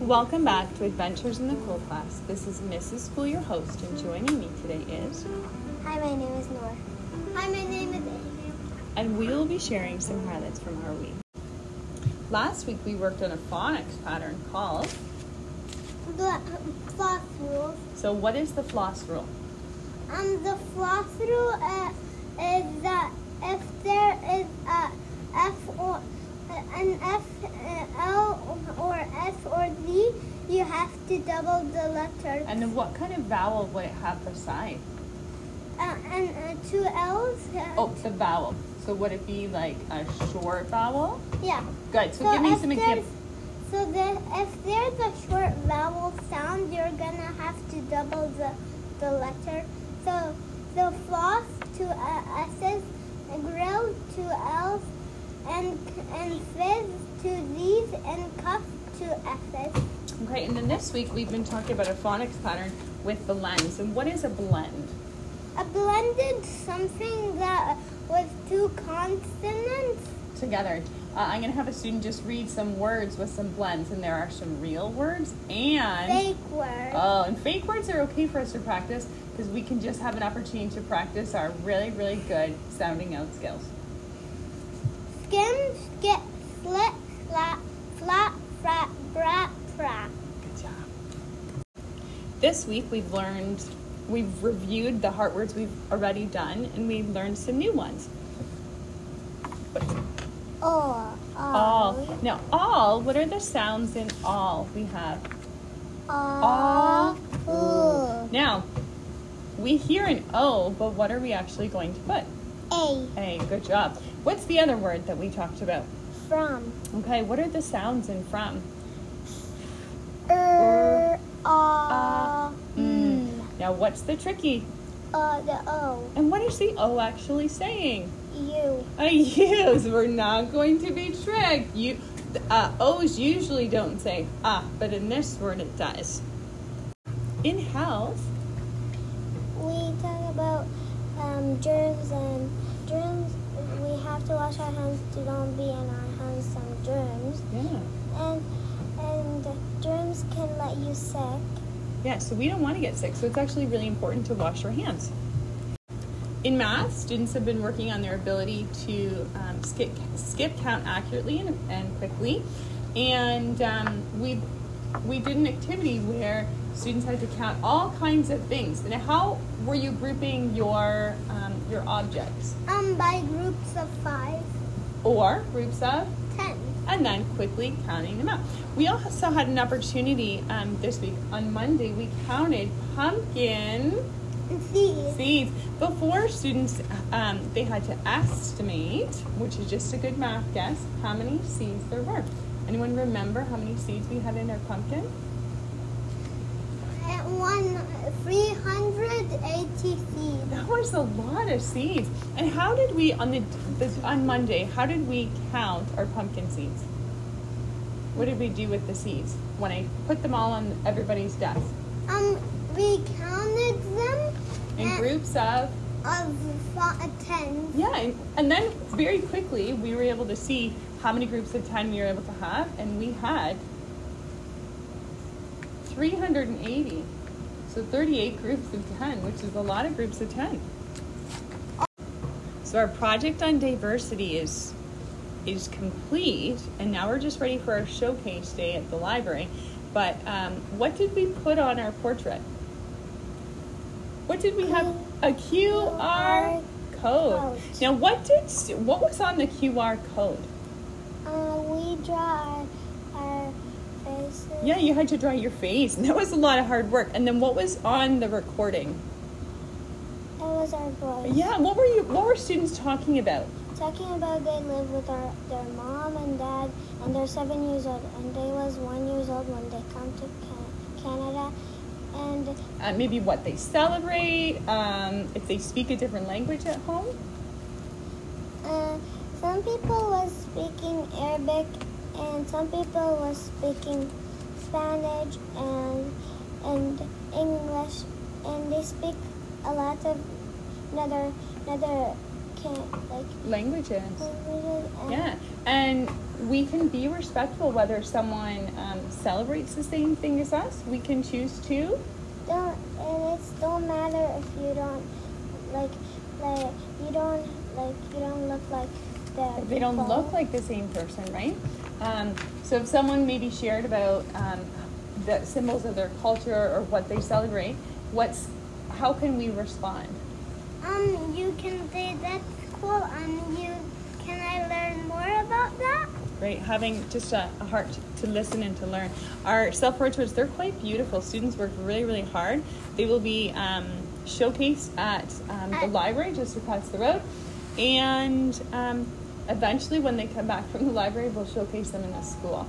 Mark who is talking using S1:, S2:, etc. S1: Welcome back to Adventures in the Cool class. This is Mrs. School, your host, and joining me today is,
S2: Hi, my name is Nora. Hi, my name is Adrian.
S1: and we will be sharing some highlights from our week. Last week we worked on a phonics pattern called.
S2: The floss rule.
S1: So, what is the floss rule?
S2: Um, the floss rule uh, is that if there is a F or an F, uh, L or S or Z, you have to double the letters.
S1: And then, what kind of vowel would it have beside?
S2: uh, and uh, two L's. uh,
S1: Oh, the vowel. So, would it be like a short vowel?
S2: Yeah.
S1: Good. So, give me
S2: if
S1: some
S2: there's-
S1: examples.
S2: So the, if there's a short vowel sound, you're gonna have to double the, the letter. So so floss two uh, s's, grill two l's, and and fizz two z's, and cup two s's.
S1: Okay, and then this week we've been talking about a phonics pattern with the lens. And what is a blend?
S2: A blended something that with two consonants.
S1: together. Uh, I'm going to have a student just read some words with some blends, and there are some real words and
S2: Fake word.
S1: oh, and fake words are okay for us to practice because we can just have an opportunity to practice our really, really good sounding out skills.
S2: Skim, skip, slit, flat, flat, frat, brat, frat.
S1: Good job. This week we've learned, we've reviewed the heart words we've already done, and we've learned some new ones.
S2: All.
S1: All. Now, all. What are the sounds in all? We have
S2: All. All.
S1: now. We hear an O, but what are we actually going to put?
S2: A.
S1: Hey, good job. What's the other word that we talked about?
S2: From.
S1: Okay, what are the sounds in from?
S2: Er.
S1: Ah.
S2: Ah. Mm.
S1: Now, what's the tricky?
S2: Uh, the O.
S1: And what is the O actually saying?
S2: U.
S1: A U. So we're not going to be tricked. You, uh, O's usually don't say ah, but in this word it does. In health,
S2: We talk about um, germs and germs. We have to wash our hands to don't be in our hands some germs.
S1: yeah,
S2: And and germs can let you sick.
S1: yeah. So we don't want to get sick. So it's actually really important to wash your hands. In math, students have been working on their ability to um, skip, skip count accurately and, and quickly. And um, we, we did an activity where students had to count all kinds of things. And how were you grouping your, um, your objects?
S2: Um, by groups of five,
S1: Or groups of?
S2: ten.
S1: and then quickly counting them out. We also had an opportunity um, this week. On Monday, we counted pumpkin
S2: And these.
S1: seeds. Before students, um, they had to estimate, which is just a good math guess, how many seeds there were. Anyone remember how many seeds we had in our pumpkin?
S2: At one, 380 feet.
S1: That was a lot of seeds. And how did we on the, the on Monday? How did we count our pumpkin seeds? What did we do with the seeds when I put them all on everybody's desk?
S2: Um, we counted them
S1: in
S2: and
S1: groups of
S2: of fi- 10.
S1: yeah and, and then very quickly we were able to see how many groups of 10 we were able to have and we had 380 so 38 groups of 10 which is a lot of groups of 10 so our project on diversity is is complete and now we're just ready for our showcase day at the library but um, what did we put on our portrait what did we have a qr code
S2: Code.
S1: now what did stu- what was on the qr code
S2: Uh, we draw our, our faces.
S1: yeah you had to draw your face and that was a lot of hard work and then what was on the recording
S2: That was our voice.
S1: yeah what were you what were students talking about
S2: Talking about they live with our, their mom and dad, and they're seven years old, and they was one years old when they come to Can- Canada, and
S1: uh, maybe what they celebrate, um, if they speak a different language at home.
S2: Uh, some people was speaking Arabic and some people was speaking Spanish and and English and they speak a lot of another another can like
S1: Languages.
S2: languages and
S1: Yeah. And we can be respectful whether someone um, celebrates the same thing as us. We can choose to.
S2: Don't and it's don't matter if you don't like like you don't like you don't look like them.
S1: They don't look like the same person, right? Um, so if someone maybe shared about um, the symbols of their culture or what they celebrate, what's how can we respond?
S2: Um, you can say that's cool. Um, you can I learn more about that?
S1: Right, having just a, a heart to listen and to learn. Our self portraits, they're quite beautiful. Students work really, really hard. They will be um, showcased at um, the
S2: At-
S1: library just across the road. And um, eventually, when they come back from the library, we'll showcase them in the school.